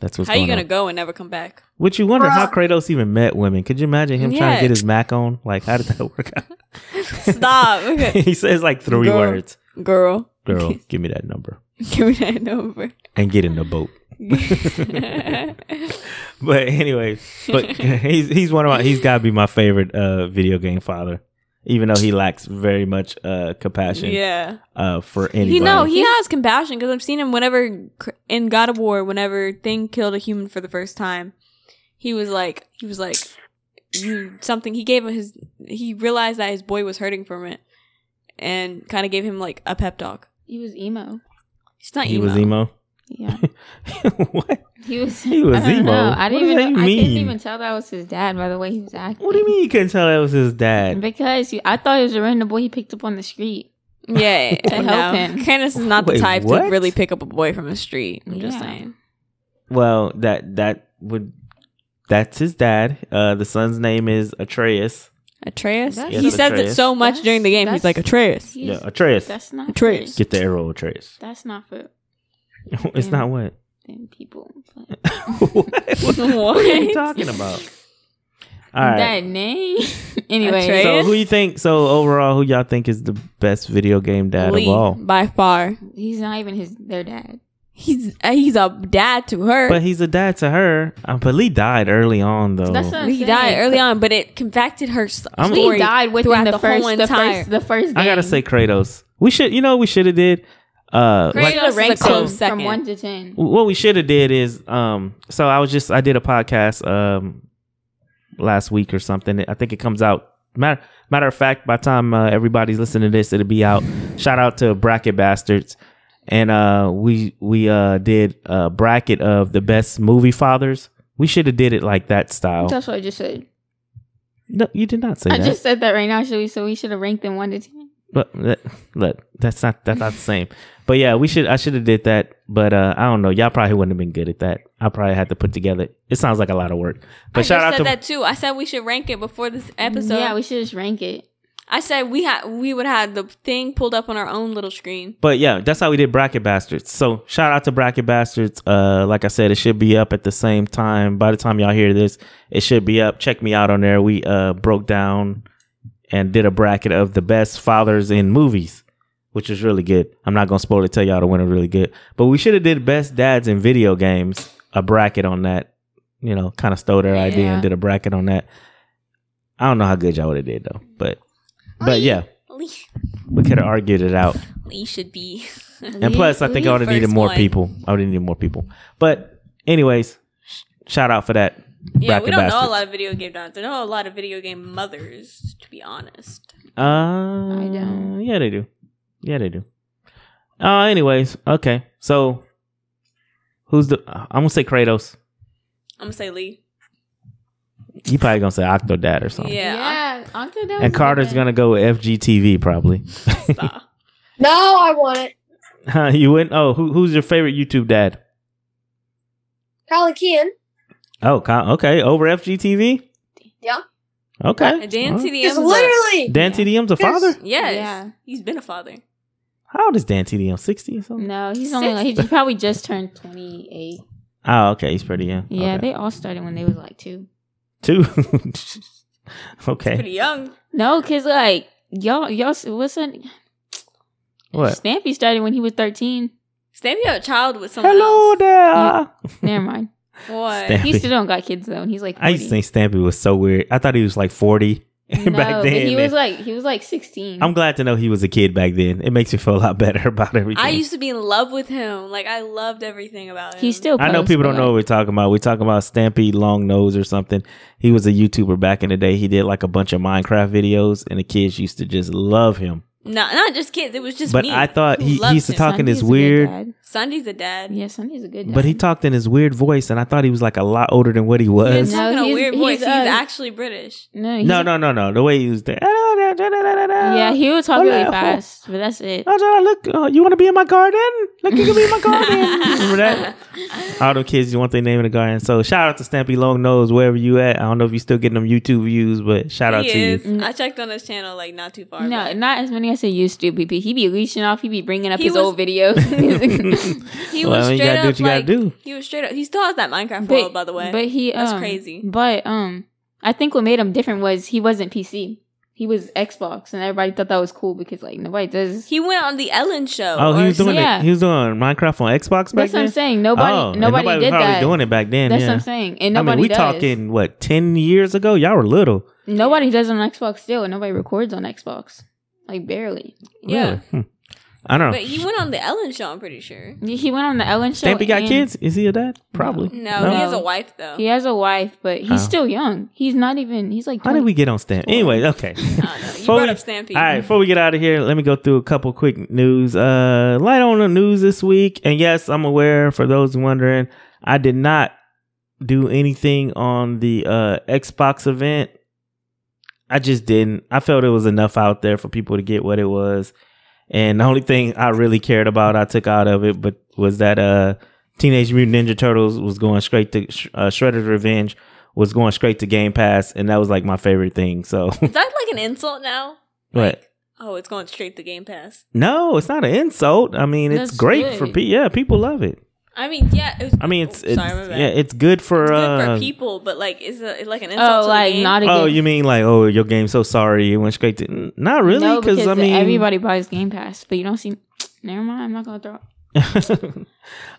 Speaker 1: That's what's
Speaker 2: How
Speaker 1: going
Speaker 2: you gonna
Speaker 1: on.
Speaker 2: go and never come back?
Speaker 1: Would you wonder how
Speaker 4: Bruh.
Speaker 1: Kratos even met women? Could you imagine him trying to
Speaker 2: Yeah.
Speaker 1: get his Mac on? Like, how did that work out?
Speaker 2: Stop, Okay.
Speaker 1: he says like three
Speaker 2: Girl.
Speaker 1: words.
Speaker 2: girl.
Speaker 1: Girl, give me that number
Speaker 2: Give me that number.
Speaker 1: and get in the boat. But anyway, but he's he's one of my he's got to be my favorite uh, video game father, even though he lacks very much uh, compassion
Speaker 2: yeah.
Speaker 1: uh, for anybody.
Speaker 2: He no, he has compassion because I've seen him whenever cr- in God of War, whenever Thing killed a human for the first time, he was like, he was like, you something. He gave him his, he realized that his boy was hurting from it, and kind of gave him like a pep talk.
Speaker 3: He was emo.
Speaker 2: He's not
Speaker 1: He
Speaker 2: emo.
Speaker 1: was emo.
Speaker 3: Yeah,
Speaker 1: what?
Speaker 3: he was.
Speaker 1: He was
Speaker 3: I don't
Speaker 1: emo.
Speaker 3: know. I didn't
Speaker 1: What does that
Speaker 3: even. know- I couldn't
Speaker 1: mean?
Speaker 3: even tell that was his dad by the way he was acting.
Speaker 1: What do you mean you couldn't tell that was his dad?
Speaker 3: Because he, I thought it was a random boy he picked up on the street.
Speaker 2: Yeah,
Speaker 3: To help
Speaker 2: no.
Speaker 3: him.
Speaker 2: Candace is not
Speaker 1: Wait,
Speaker 2: the type
Speaker 1: what?
Speaker 2: to really pick up a boy from the street. I'm just
Speaker 3: Yeah.
Speaker 2: saying.
Speaker 1: Well, that that would that's his dad. Uh, the son's name is Atreus.
Speaker 2: Atreus.
Speaker 3: That's-
Speaker 2: he
Speaker 1: Yes,
Speaker 2: says
Speaker 1: Atreus.
Speaker 2: it so much
Speaker 3: That's-
Speaker 2: during the game.
Speaker 3: that's-
Speaker 2: He's like Atreus.
Speaker 3: He's-
Speaker 1: yeah, Atreus.
Speaker 3: That's not
Speaker 2: Trace.
Speaker 3: fair.
Speaker 1: Get the arrow, Atreus.
Speaker 3: That's not for
Speaker 1: it's not what.
Speaker 3: them people.
Speaker 1: what? What
Speaker 2: what?
Speaker 1: are you talking about? All right.
Speaker 3: That name. anyway,
Speaker 2: Atreus?
Speaker 1: So who you think? So overall, who y'all think is the best video game dad
Speaker 2: Lee,
Speaker 1: of all?
Speaker 2: by far.
Speaker 3: he's not even his their dad.
Speaker 2: He's uh, he's a dad to her.
Speaker 1: But he's a dad to her. Um, but Lee died early on, though.
Speaker 3: That's not- I'm
Speaker 2: he
Speaker 3: saying.
Speaker 2: died early on, but it confected her s-
Speaker 1: I'm-
Speaker 2: story.
Speaker 3: He died within
Speaker 2: throughout
Speaker 3: the,
Speaker 2: the
Speaker 3: first,
Speaker 2: whole
Speaker 3: the
Speaker 2: entire-
Speaker 3: first, the first. Game.
Speaker 1: I gotta say, Kratos. We should, you know, what we should have did. Uh,
Speaker 2: Kratos
Speaker 1: like,
Speaker 2: is a
Speaker 3: rank
Speaker 2: close
Speaker 3: him
Speaker 2: second.
Speaker 3: from one to ten.
Speaker 1: what we should have did is, um, so I was just, I did a podcast, um, last week or something. I think it comes out. Matter matter of fact, by the time uh, everybody's listening to this, it'll be out. Shout out to Bracket Bastards, and uh, we we uh did a bracket of the best movie fathers. We should have did it like that style.
Speaker 3: That's what I just said.
Speaker 1: No, you did not say
Speaker 3: I
Speaker 1: that.
Speaker 3: just said that right now. Should we? So we should have ranked them one to ten.
Speaker 1: but that, look, that's not that's not the same. But yeah, we should I should have did that. But uh, I don't know. Y'all probably wouldn't have been good at that. I probably had to put together. It sounds like a lot of work. But
Speaker 2: I
Speaker 1: shout
Speaker 2: just
Speaker 1: out
Speaker 2: said
Speaker 1: to
Speaker 2: that too. I said we should rank it before this episode.
Speaker 3: Yeah, we should just rank it.
Speaker 2: I said we had we would have the thing pulled up on our own little screen.
Speaker 1: But yeah, that's how we did Bracket Bastards. So shout out to Bracket Bastards. Uh, like I said, it should be up at the same time. By the time y'all hear this, it should be up. Check me out on there. We uh broke down and did a bracket of the best fathers in movies, which was really good. I'm not gonna spoil it. Tell y'all the winner really good. But we should have did best dads in video games. A bracket on that. You know, kind of stole their idea
Speaker 3: Yeah.
Speaker 1: and did a bracket on that. I don't know how good y'all would have did though. But but yeah,
Speaker 2: Lee,
Speaker 1: we could have argued it out.
Speaker 2: Lee should be.
Speaker 1: And plus, I think I would have
Speaker 2: First
Speaker 1: needed more
Speaker 2: one.
Speaker 1: people. I would have needed more people. But, anyways, shout out for that.
Speaker 2: yeah, we
Speaker 1: Bracket
Speaker 2: don't know
Speaker 1: bastards.
Speaker 2: a lot of video game dads. I know a lot of video game mothers, to be honest.
Speaker 1: Uh,
Speaker 3: I don't.
Speaker 1: Yeah, they do. Yeah, they do. Uh, anyways, okay. So, who's the? uh, I'm gonna say Kratos.
Speaker 2: I'm gonna say Lee.
Speaker 1: You probably gonna say Octodad or something.
Speaker 2: Yeah.
Speaker 3: Yeah, Octodad was
Speaker 1: And Carter's
Speaker 3: good.
Speaker 1: gonna go with FGTV probably.
Speaker 2: Stop.
Speaker 4: No, I want it.
Speaker 1: Huh, you went. Oh, who, who's your favorite YouTube dad?
Speaker 4: Kylie Kean.
Speaker 1: Oh, Kyle, okay, over FGTV.
Speaker 4: Yeah.
Speaker 1: Okay.
Speaker 2: And Dan
Speaker 1: All right.
Speaker 2: TDM's
Speaker 4: It's
Speaker 2: a,
Speaker 4: literally.
Speaker 1: Dan TDM's a father.
Speaker 2: yes,
Speaker 3: Yeah.
Speaker 2: he's been a father.
Speaker 1: How old is Dan TDM? Sixty or something?
Speaker 3: No, he's only like, he probably just turned twenty eight.
Speaker 1: Oh, okay, he's pretty young.
Speaker 3: Yeah,
Speaker 1: Okay.
Speaker 3: they all started when they was like two.
Speaker 1: Two.
Speaker 2: He's
Speaker 1: okay.
Speaker 2: Pretty young.
Speaker 3: No, cause like y'all, y'all, s- what's that?
Speaker 1: What?
Speaker 3: Stampy started when he was thirteen.
Speaker 2: Stampy had a child with someone
Speaker 1: Hello
Speaker 2: else.
Speaker 1: there.
Speaker 3: Yeah. Never mind.
Speaker 2: What?
Speaker 1: Stamp-
Speaker 3: He still don't got kids though, and he's like. 40.
Speaker 1: I used to think Stampy was so weird. I thought he was like 40
Speaker 3: no,
Speaker 1: back
Speaker 3: but
Speaker 1: then.
Speaker 3: he was
Speaker 1: and
Speaker 3: like he was like sixteen.
Speaker 1: I'm glad to know he was a kid back then. It makes me feel a lot better about everything.
Speaker 2: I used to be in love with him. Like I loved everything about him.
Speaker 3: he still.
Speaker 1: I know
Speaker 3: posts,
Speaker 1: people
Speaker 3: but,
Speaker 1: don't know what
Speaker 3: like,
Speaker 1: we're talking about. We're talking about Stampy Long Nose or something. He was a YouTuber back in the day. He did like a bunch of Minecraft videos, and the kids used to just love him.
Speaker 2: not not just kids. It was just
Speaker 1: But
Speaker 2: me.
Speaker 1: I thought
Speaker 2: who
Speaker 1: he- he
Speaker 2: loved
Speaker 1: used to
Speaker 2: him.
Speaker 1: talk- talking
Speaker 3: Sunny's
Speaker 1: is
Speaker 3: a good
Speaker 1: weird.
Speaker 3: dad.
Speaker 2: Sunday's a dad.
Speaker 3: Yeah, Sunny's a good. Dad.
Speaker 1: But he talked in his weird voice, and I thought he was like a lot older than what he was.
Speaker 2: He's
Speaker 3: No,
Speaker 2: talking a
Speaker 3: he's-
Speaker 2: weird
Speaker 3: he's,
Speaker 2: voice. He's,
Speaker 3: uh,
Speaker 2: actually British.
Speaker 3: No, he's-
Speaker 1: No, no, no, no. The way he was there.
Speaker 3: Yeah,
Speaker 1: Yeah,
Speaker 3: he would talk really
Speaker 1: Hello.
Speaker 3: fast, but that's it.
Speaker 1: Oh, John, look, uh, you want to be in my garden? Look, you can be in my garden. Remember that? All them kids, you want their name in the garden. So shout out to Stampy Long Nose, wherever you at. I don't know if you still getting them YouTube views, but shout out
Speaker 2: he
Speaker 1: to
Speaker 2: is.
Speaker 1: you.
Speaker 2: I checked on his channel like not too far.
Speaker 3: Mm. No,
Speaker 2: back.
Speaker 3: not as many as he used to. BP, he be leeching off. He be bringing up
Speaker 2: He
Speaker 3: his
Speaker 2: was-
Speaker 3: old videos.
Speaker 2: he
Speaker 1: Well,
Speaker 2: was
Speaker 1: I mean, you
Speaker 2: straight
Speaker 1: gotta
Speaker 2: up
Speaker 1: do what you gotta
Speaker 2: like
Speaker 1: do.
Speaker 2: he was straight up. He still has that Minecraft
Speaker 3: But-
Speaker 2: world, by the way.
Speaker 3: But he
Speaker 2: That's
Speaker 3: um,
Speaker 2: crazy.
Speaker 3: But um, I think what made him different was he wasn't PC. He was Xbox, and everybody thought that was cool because like nobody does.
Speaker 2: he went on the Ellen show.
Speaker 1: Oh, he
Speaker 2: or
Speaker 1: was doing
Speaker 3: yeah.
Speaker 1: it. He was doing Minecraft on Xbox back
Speaker 3: That's what I'm
Speaker 1: then.
Speaker 3: saying. Nobody,
Speaker 1: oh, and
Speaker 3: nobody,
Speaker 1: nobody was
Speaker 3: did
Speaker 1: probably
Speaker 3: that.
Speaker 1: doing it back then.
Speaker 3: That's
Speaker 1: yeah.
Speaker 3: what I'm saying. And
Speaker 1: I
Speaker 3: nobody
Speaker 1: mean, we
Speaker 3: does.
Speaker 1: talking what ten years ago? Y'all were little.
Speaker 3: Nobody does it on Xbox still, and nobody records on Xbox. Like barely.
Speaker 2: Yeah.
Speaker 1: Really? Hmm. I don't know.
Speaker 2: But he went on the Ellen show, I'm pretty sure.
Speaker 3: He went on the Ellen show.
Speaker 1: Stampy got
Speaker 3: and-
Speaker 1: kids? Is he a dad? Probably.
Speaker 2: No,
Speaker 1: No.
Speaker 2: he has a wife though.
Speaker 3: He has a wife, but he's
Speaker 1: Oh.
Speaker 3: still young. He's not even. He's like.
Speaker 1: How did we get on Stamp? Anyway, okay.
Speaker 2: I don't know. You
Speaker 1: Before
Speaker 2: brought
Speaker 1: we-
Speaker 2: up Stampede.
Speaker 1: All right, before we get out of here, let me go through a couple quick news. Uh, light on the news this week, and yes, I'm aware. For those wondering, I did not do anything on the uh, Xbox event. I just didn't. I felt it was enough out there for people to get what it was, and the only thing I really cared about, I took out of it, but was that uh, Teenage Mutant Ninja Turtles was going straight to sh- uh, Shredder's Revenge was going straight to Game Pass, and that was like my favorite thing. So,
Speaker 2: Is that like an insult now?
Speaker 1: but.
Speaker 2: Oh, it's going straight to Game Pass.
Speaker 1: No, it's not an insult. I mean, it's
Speaker 3: That's
Speaker 1: great
Speaker 3: good.
Speaker 1: for people. Yeah, people love it.
Speaker 2: I mean, yeah. It was,
Speaker 1: I mean, it's,
Speaker 2: oh,
Speaker 1: it's
Speaker 2: sorry, my bad.
Speaker 1: yeah, it's good for
Speaker 2: It's good
Speaker 1: uh.
Speaker 2: for people, but like, is it like an insult? to
Speaker 3: Oh,
Speaker 2: the
Speaker 3: like
Speaker 2: game?
Speaker 3: not a.
Speaker 1: Oh,
Speaker 3: good-
Speaker 1: you mean like oh your game? So sorry, it went straight to N- not really
Speaker 3: No,
Speaker 1: because I mean
Speaker 3: everybody buys Game Pass, but you don't see. Never mind, I'm not gonna throw.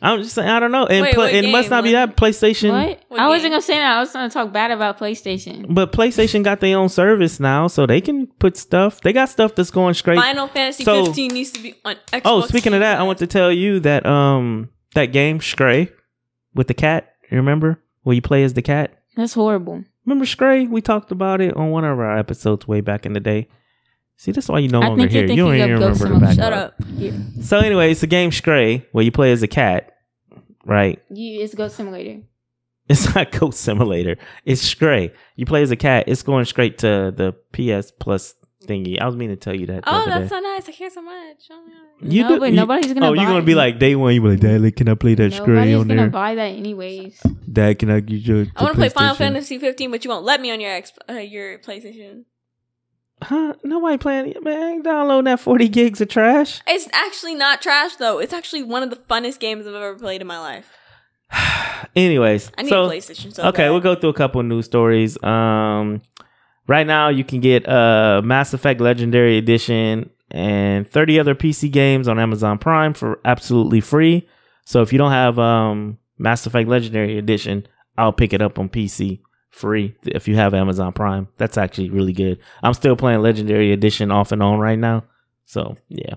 Speaker 1: I'm just saying I don't know, and
Speaker 2: Wait,
Speaker 1: pla-
Speaker 2: what
Speaker 1: it must
Speaker 2: game?
Speaker 1: not be that PlayStation.
Speaker 3: What?
Speaker 2: What
Speaker 3: I wasn't
Speaker 2: game?
Speaker 3: gonna say that. I was gonna talk bad about PlayStation.
Speaker 1: But PlayStation got their own service now, so they can put stuff. They got stuff that's going straight.
Speaker 2: Final Fantasy
Speaker 1: So-
Speaker 2: 15 needs to be on Xbox.
Speaker 1: oh, speaking of that, I want to tell you that um that game Stray with the cat. You remember where you play as the cat?
Speaker 3: That's horrible.
Speaker 1: Remember Stray? We talked about it on one of our episodes way back in the day. See, that's why you no
Speaker 3: I
Speaker 1: longer
Speaker 3: think you're
Speaker 1: here. You don't
Speaker 3: thinking
Speaker 1: even
Speaker 3: of
Speaker 1: remember the
Speaker 3: Ghost
Speaker 1: back.
Speaker 3: Simulator.
Speaker 2: Shut
Speaker 1: part.
Speaker 2: up.
Speaker 1: So anyway, it's the game Stray where you play as a cat, right?
Speaker 3: You, it's Goat Simulator.
Speaker 1: It's not Goat Simulator. It's Stray. You play as a cat. It's going straight to the PS Plus thingy. I was meaning to tell you that. the
Speaker 2: Oh,
Speaker 1: other
Speaker 2: that's
Speaker 1: day.
Speaker 2: so nice. I care so much. Oh, my God.
Speaker 1: You
Speaker 3: no,
Speaker 1: do-
Speaker 3: but
Speaker 1: you-
Speaker 3: nobody's gonna.
Speaker 1: oh,
Speaker 3: buy
Speaker 1: you're gonna
Speaker 3: it.
Speaker 1: be like day one. You be like, Dad, like, can I play that Stray
Speaker 3: Nobody's
Speaker 1: on
Speaker 3: gonna
Speaker 1: there?
Speaker 3: buy that anyways.
Speaker 1: Dad, can I get your?
Speaker 2: I want to play Final
Speaker 1: PlayStation?"
Speaker 2: Fantasy 15, but you won't let me on your ex- uh, your PlayStation.
Speaker 1: Huh? Nobody playing it, man. I ain't downloading that forty gigs of trash.
Speaker 2: It's actually not trash though. It's actually one of the funnest games I've ever played in my life.
Speaker 1: Anyways,
Speaker 2: I need
Speaker 1: so
Speaker 2: a PlayStation. So
Speaker 1: okay,
Speaker 2: bad.
Speaker 1: we'll go through a couple of news stories. Um, right now you can get uh Mass Effect Legendary Edition and 30 other PC games on Amazon Prime for absolutely free. So if you don't have um Mass Effect Legendary Edition, I'll pick it up on PC free if you have Amazon Prime. That's actually really good. I'm still playing Legendary Edition off and on right now. So yeah.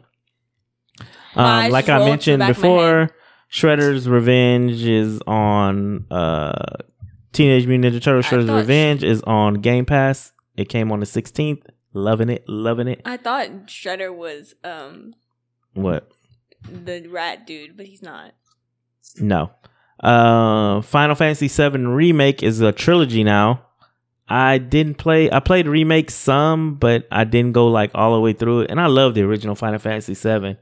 Speaker 2: Wow,
Speaker 1: Um,
Speaker 2: it
Speaker 1: like
Speaker 2: just
Speaker 1: I
Speaker 2: rolled to the
Speaker 1: mentioned
Speaker 2: back of my head.
Speaker 1: before, Shredder's Revenge is on uh Teenage Mutant Ninja Turtles
Speaker 2: I
Speaker 1: Shredder's
Speaker 2: thought-
Speaker 1: Revenge is on Game Pass. It came on the 16th. Loving it, loving it.
Speaker 2: I thought Shredder was um
Speaker 1: What?
Speaker 2: the rat dude, but he's not.
Speaker 1: No. Uh Final Fantasy 7 Remake is a trilogy now. I didn't play I played Remake some, but I didn't go like all the way through it. And I love the original Final Fantasy 7.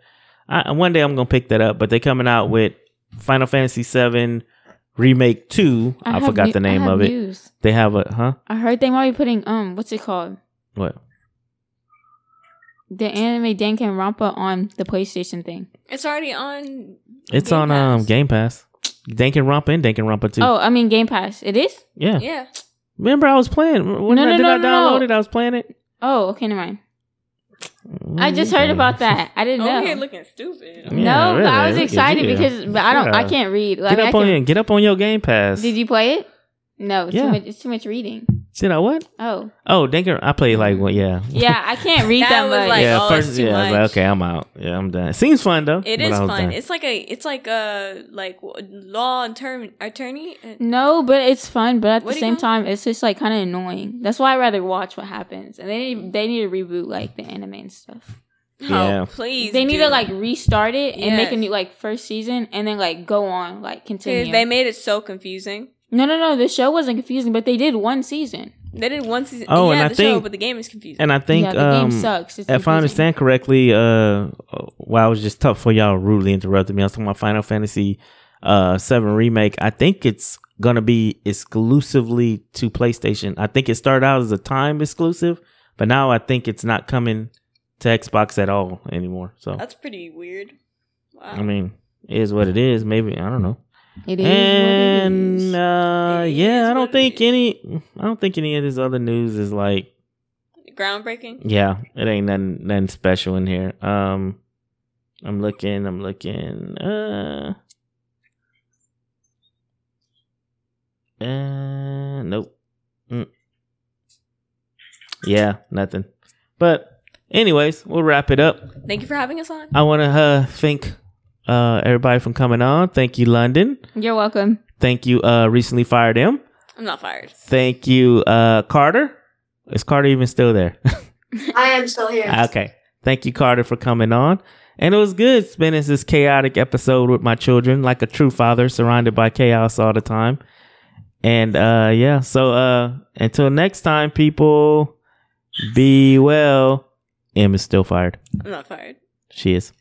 Speaker 1: I one day I'm going to pick that up, but they coming out with Final Fantasy 7 Remake 2. I,
Speaker 3: have
Speaker 1: forgot
Speaker 3: new-
Speaker 1: the
Speaker 3: I
Speaker 1: name
Speaker 3: have
Speaker 1: of it.
Speaker 3: news.
Speaker 1: They have a huh?
Speaker 3: I heard they might be putting um, what's it called?
Speaker 1: What?
Speaker 3: The anime Danganronpa on the PlayStation thing.
Speaker 2: It's already on.
Speaker 1: It's
Speaker 2: Game
Speaker 1: on um
Speaker 2: Pass.
Speaker 1: Game Pass. Danganronpa and Danganronpa too.
Speaker 3: Oh, I mean Game Pass. It is.
Speaker 1: yeah.
Speaker 2: Yeah,
Speaker 1: Remember I was playing when
Speaker 3: No,
Speaker 1: I
Speaker 3: no,
Speaker 1: did
Speaker 3: no,
Speaker 1: I
Speaker 3: no,
Speaker 1: download
Speaker 3: no.
Speaker 1: it. I was playing it.
Speaker 3: Oh, okay, never mind. I just heard
Speaker 1: Mm.
Speaker 3: about that. I didn't
Speaker 2: over
Speaker 3: know.
Speaker 2: here Oh, looking stupid.
Speaker 1: Yeah,
Speaker 3: no, but
Speaker 1: really,
Speaker 3: I was
Speaker 1: look at
Speaker 3: excited
Speaker 1: you.
Speaker 3: because but I don't. I
Speaker 1: Yeah.
Speaker 3: can't read. Like,
Speaker 1: Get
Speaker 3: I
Speaker 1: up on
Speaker 3: can-
Speaker 1: your, get up on your Game Pass.
Speaker 3: Did you play it? No, it's
Speaker 1: Yeah.
Speaker 3: too much. It's too much reading.
Speaker 1: Did I what?
Speaker 3: Oh,
Speaker 1: Oh, Dangan. I played like what? Yeah.
Speaker 3: yeah, I can't read that,
Speaker 2: That was
Speaker 3: much.
Speaker 2: like-
Speaker 1: yeah.
Speaker 2: oh,
Speaker 1: first,
Speaker 2: it's too
Speaker 1: yeah. I was
Speaker 2: much.
Speaker 1: like, okay, I'm out. Yeah, I'm done. Seems fun though.
Speaker 2: It
Speaker 1: but
Speaker 2: is
Speaker 1: I was
Speaker 2: fun.
Speaker 1: done.
Speaker 2: It's like a it's like a like w- law and term attorney. Uh,
Speaker 3: no, but it's fun. But at
Speaker 2: What do
Speaker 3: the
Speaker 2: you
Speaker 3: same
Speaker 2: call it?
Speaker 3: time, it's just like kind of annoying. That's why I rather watch what happens. And they need, they need to reboot like the anime and stuff.
Speaker 1: Yeah.
Speaker 2: Oh, please.
Speaker 3: they need
Speaker 2: do.
Speaker 3: to like restart it and make a
Speaker 2: Yes.
Speaker 3: new like first season and then like go on like
Speaker 2: 'Cause
Speaker 3: continue.
Speaker 2: They made it so confusing.
Speaker 3: no, no, no. The show wasn't confusing, but they did one season.
Speaker 2: They did one season.
Speaker 1: Oh,
Speaker 2: Oh,
Speaker 1: and
Speaker 2: yeah,
Speaker 1: I
Speaker 2: the show,
Speaker 1: think-
Speaker 2: but the game is confusing.
Speaker 1: and I think
Speaker 3: yeah, the
Speaker 1: um,
Speaker 3: game sucks. It's
Speaker 1: if I
Speaker 3: confusing.
Speaker 1: understand correctly, uh, while it was just tough for y'all rudely interrupted me, I was talking about Final Fantasy uh Seven remake. I think it's gonna be exclusively to PlayStation. I think it started out as a time exclusive, but now I think it's not coming to Xbox at all anymore. So
Speaker 2: That's pretty weird. Wow.
Speaker 1: I mean, it is what it is. Maybe I don't know.
Speaker 3: it is. what it
Speaker 1: And
Speaker 3: is.
Speaker 1: uh,
Speaker 2: It
Speaker 1: yeah,
Speaker 2: is
Speaker 1: I
Speaker 2: what
Speaker 1: don't
Speaker 2: it
Speaker 1: think
Speaker 2: is.
Speaker 1: any. I don't think any of this other news is like
Speaker 2: groundbreaking.
Speaker 1: yeah, it ain't nothing nothing special in here. Um I'm looking, I'm looking. Uh Uh nope. Mm. Yeah, nothing. But anyways, we'll wrap it up.
Speaker 2: Thank you for having us on.
Speaker 1: I want to uh thank uh everybody from coming on. Thank you London.
Speaker 3: You're welcome.
Speaker 1: Thank you uh recently fired him.
Speaker 2: I'm not fired.
Speaker 1: Thank you uh Carter. Is Carter even still there?
Speaker 4: I am still here.
Speaker 1: Okay. Thank you, Carter, for coming on. And it was good spending this chaotic episode with my children, like a true father, surrounded by chaos all the time. And uh yeah, so uh until next time, people, be well. Em is still fired.
Speaker 2: I'm not fired.
Speaker 1: She is.